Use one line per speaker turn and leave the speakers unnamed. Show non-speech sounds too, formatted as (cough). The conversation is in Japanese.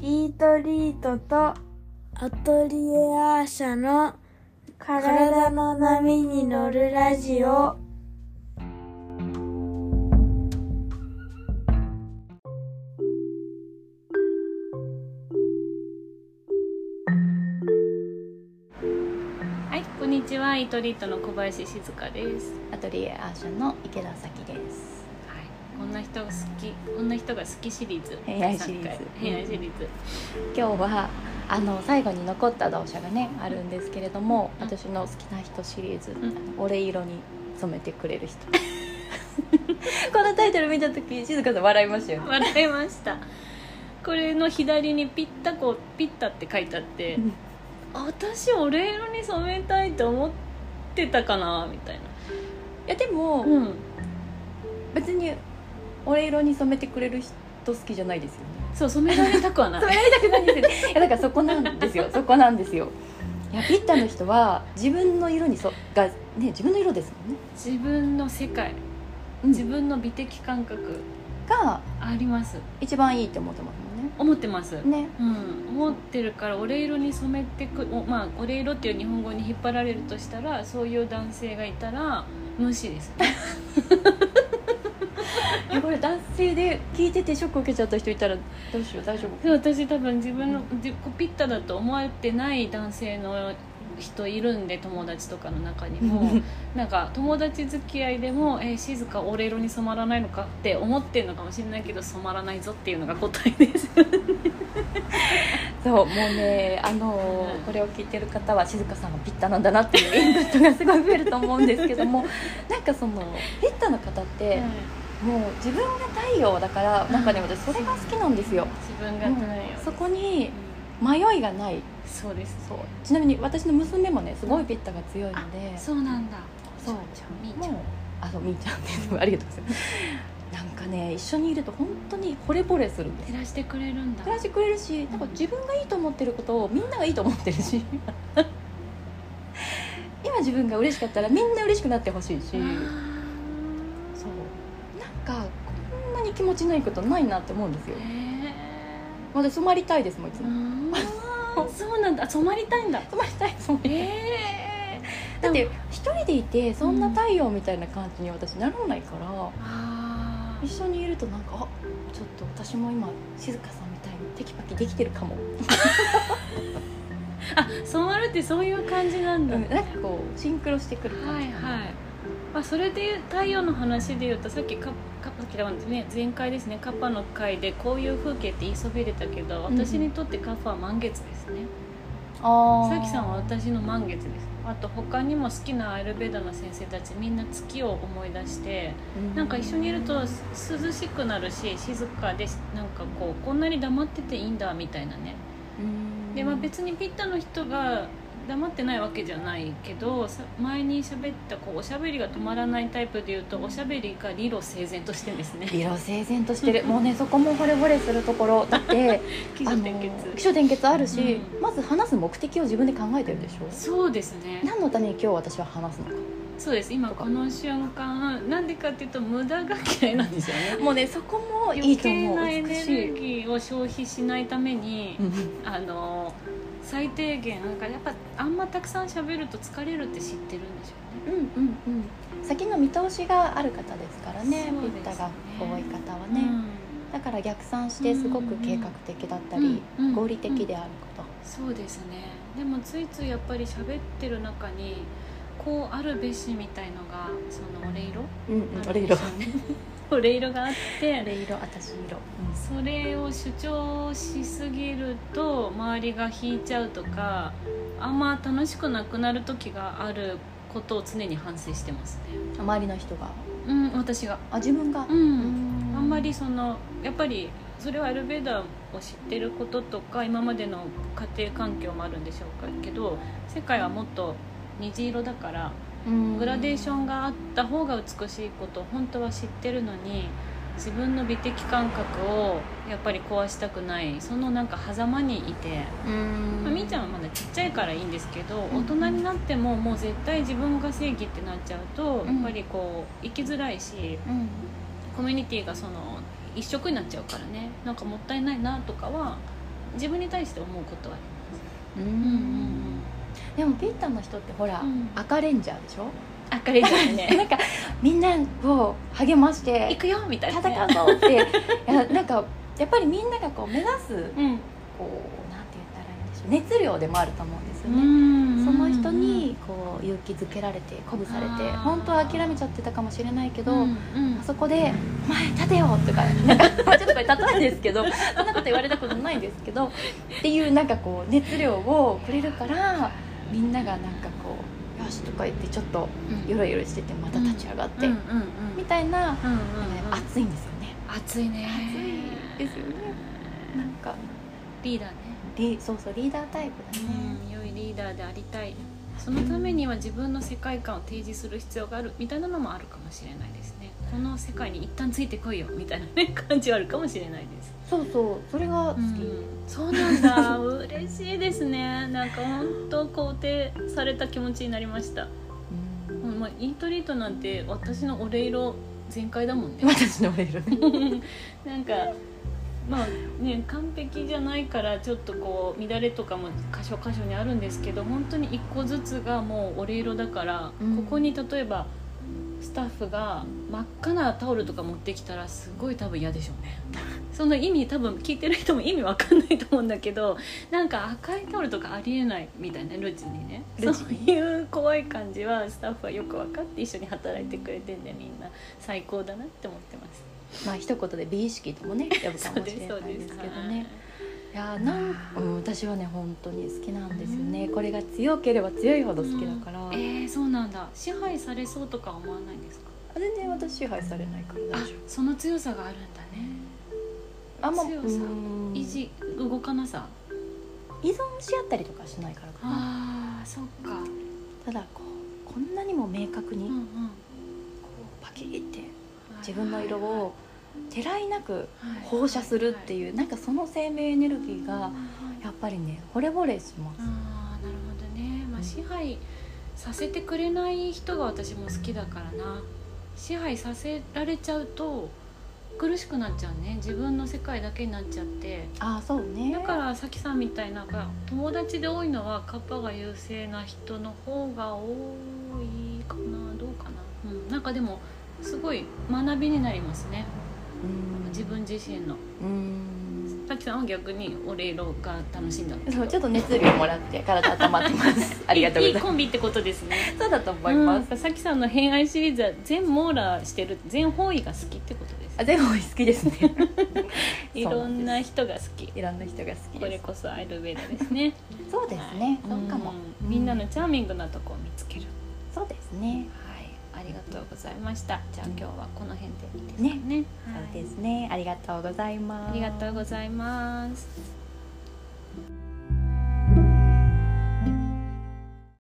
イートリートと
アトリエアーシャの
体の波に乗るラジオ
はい、こんにちは、イトリートの小林静香です。
アトリエアーシャの池田咲です。
はい、こんな人が好き、こんな人が好きシリーズ。
恋愛シリーズ
第三回恋愛シリーズ。
今日はあの最後に残った動写がねあるんですけれども、
うん
私の好きな人シリーズ、
ん
あの俺色に染めてくれる人。 (laughs) このタイトル見た時静香さん笑いましたよ。
笑いました。これの左にピッタコ、ピッタって書いてあって、
うん
あ私俺色に染めたいと思ってたかなみたい
いやでも、
な。うん。
別に俺色に染めてくれる人好きじゃないですよね。
そう染められたくはな
(laughs) 染
い。
められたくないんですよ (laughs) ね。いやだからそこなんです (laughs) よ。そこなんですよ。いやピッタの人は自分の色にそがね自分の色ですもんね。
自分の世界、
うん
自分の美的感覚
が
あります。
一番いいって思ってます
思ってます。
もんね。ね。
うん、思ってるから俺色に染めてくおまあ俺色っていう日本語に引っ張られるとしたらそういう男性がいたら無視です (laughs) ね
いやこれ男性で聞いててショック受けちゃった人いたらどうしよう大丈夫
で私多分自分の自己ピッタだと思われてない男性の人いるんで友達とかの中に
(laughs)
もなんか友達付き合いでも「えー、静か俺色に染まらないのか?」って思ってるのかもしれないけど染まらないぞっていうのが答えです
そうもうねあのーこれを聞いてる方は静香さんがピッタなんだなっていうイン (laughs) プットがすごい増えると思うんですけど (laughs) もなんかそのピッタの方って、もう自分が太陽だからなんかね私それが好きなんですよ、
自分が
もう
太陽
そこ
う
に
ん
迷いがない
そうです
そうちなみに私の娘もねすごいピッタが強いので
そうなんだ
そう
みーちゃん
もうあそうみーちゃんですありがとうございますなんかね一緒にいると本当に惚れ惚れするんです
照らしてくれるんだ
照らしてくれるしなんか自分がいいと思ってることをみんながいいと思ってるし (laughs) 今自分が嬉しかったらみんな嬉しくなってほしいしそうなんかこんなに気持ちのいいことないなって思うんですよ
へ
まだ染まりたいですもんいつ
ー
も
あーそうなんだ染まりたいんだ
染まりたい染まりたい
え
(laughs) だって一人でいてそんな太陽みたいな感じに私ならないから
あ
一緒にいるとなんかあちょっと私も今静香さんみたいにテキパキできてるかも、
ーあ染まるってそういう感じなんだ、
うんなんかこうシンクロしてくる感
は
じ
いはいまあ、それでいう太陽の話でいうとさっきカッカッパキラね前回ですねカッパの回でこういう風景って言いそびれたけど
うん
私にとってカッパは満月ですね
あ
さきさんは私の満月ですあと他にも好きなアイルベーダの先生たちみんな月を思い出してなんか一緒にいるとす涼しくなるし静かでなんかこうこんなに黙ってていいんだみたいなねで、まあ、別にピッタの人が黙ってないわけじゃないけどさ前に喋ったこうおしゃべりが止まらないタイプでいうとおしゃべりが理路整然としてですね
美容整然としてるもうねそこも惚れ惚れするところだって
(laughs) 基礎点結
あの起承転結あるし、
うん
まず話す目的を自分で考えてるでしょ
そうですね
何のために今日私は話すのか
そうです今この瞬間なんでかっていうと無駄が嫌いなんですよね
もうねそこもい
余
いと
計
思う
なエ
美
ネ
し
ル
い
ギーを消費しないために、
うん
あの最低限なんかやっぱあんまたくさん喋ると疲れるって知ってるんでしょう
うんうんうん先の見通しがある方ですからね
そう
ピ
ですね
ッタが多い方は
ね。
ね、だから逆算してすごく計画的だったり、
うんうん
合理的であること、
そうですねでもついついやっぱり喋ってる中にこうあるべしみたいのがその俺色
うん
ある
俺
んで (laughs)
色
しょうね俺色があって
俺色私色、
それを主張しすぎると周りが引いちゃうとかあんま楽しくなくなる時があることを常に反省してますね
周りの人が
うん私が
あ自分が、
うん、
う
あんまりそのやっぱりそれはアルベーダーを知ってることとか今までの家庭環境もあるんでしょうかけど世界はもっと虹色だから
うん
グラデーションがあった方が美しいことを本当は知ってるのに自分の美的感覚をやっぱり壊したくないそのなんか狭間にいて、
うん
まあみーちゃんはまだちっちゃいからいいんですけど大人になってももう絶対自分が正義ってなっちゃうとやっぱりこう生きづらいし
うん
コミュニティがその一色になっちゃうからねなんかもったいないなとかは自分に対して思うことはあり
う
ます、
んでもピッタの人ってほら、
うん
赤レンジャーでしょ (laughs)
あ明るいじゃんね
なんかみんなを励まし
(laughs) 行
て
くよみたいな
戦
ね、
うぞって (laughs) いやなんかやっぱりみんながこう目指す
うん
こうなんて言ったらいいんでしょう熱量でもあると思うんですよね、そ
そ
の人にこう勇気づけられて鼓舞されて
あー
本当は諦めちゃってたかもしれないけど、あ
そ
そこで「お前立てよ」とかなんかまあちょっとこれ例えですけどそんなこと言われたことないですけどっていうなんかこう熱量をくれるからみんながなんかこう「よし」とか言ってちょっとよろよろしててまた立ち上がって、
うんうんうん
みたい
うんうん
な、
うん
熱いんですよね
熱いね
熱いですよねなんか
リーダーね
リそうそうリーダータイプだね、
うん良いリーダーでありたいそのためには自分の世界観を提示する必要があるみたいなのもあるかもしれないですねこの世界に一旦ついてこいよみたいなね感じはあるかもしれないです
そうそうそれが好き、
そうなんだ嬉しいですねなんか本当肯定された気持ちになりましたもうまあイントリートなんて私のお礼色全開だもんね
(laughs) 私のメール
なんかまあね完璧じゃないからちょっとこう乱れとかも箇所箇所にあるんですけど本当に一個ずつがもうお礼色だから、
うん
ここに例えばスタッフが真っ赤なタオルとか持ってきたらすごい多分嫌でしょうね (laughs) その意味多分聞いてる人も意味わかんないと思うんだけどなんか赤いタオルとかありえないみたいなルチにね
ルチ
そういう怖い感じはスタッフはよく分かって一緒に働いてくれてんでみんな最高だなって思ってます
まあ一言で美意識ともね呼ぶかもしれないですけどね。いやーなんうん私はね本当に好きなんですよね。これが強ければ強いほど好きだから、
えー、そうなんだ支配されそうとか思わないんですか
全然私支配されないから
あ
大丈
その強さがあるんだね
夫。あんま
強さ
うん
維持動かなさ
依存し合ったりとかしないからかな。
あーそっか
ただこうこんなにも明確
う
に
んうん
こうパキって自分の色をてらいなく
はい
放射するっていうなんかその生命エネルギー
はい
が
はいはい
やっぱりね惚れ惚れします。
あーなるほどね、まあ、支配させてくれない人が私も好きだからな支配させられちゃうと苦しくなっちゃうね自分の世界だけになっちゃって
あーそうね。
だからさきさんみたいな友達で多いのはカッパが優勢な人の方が多いかなどうかな、うん、なんかでもすごい学びになりますね
うん
自分自身の
うん。
さきさんは逆にお礼色が楽しんだんだ
そうちょっと熱量もらって体温まってま
(laughs)
すありがとうござい
いい
ま
コンビってことですね
すそうだと思います、
うんさきさんの偏愛シリーズは全網羅してる全方位が好きってことです
あ全部好きですね
(laughs) いろんな人が好き
いろんな人が好き
これ
です
こそアイルベーダです (laughs) ね
そうですねそうかも
うんみんなのチャーミングなとこを見つける
そうですね
はいありがとうございましたじゃあ今日はこの辺でいいですか
ね
ね
そうですねありがとうございます
ありがとうございます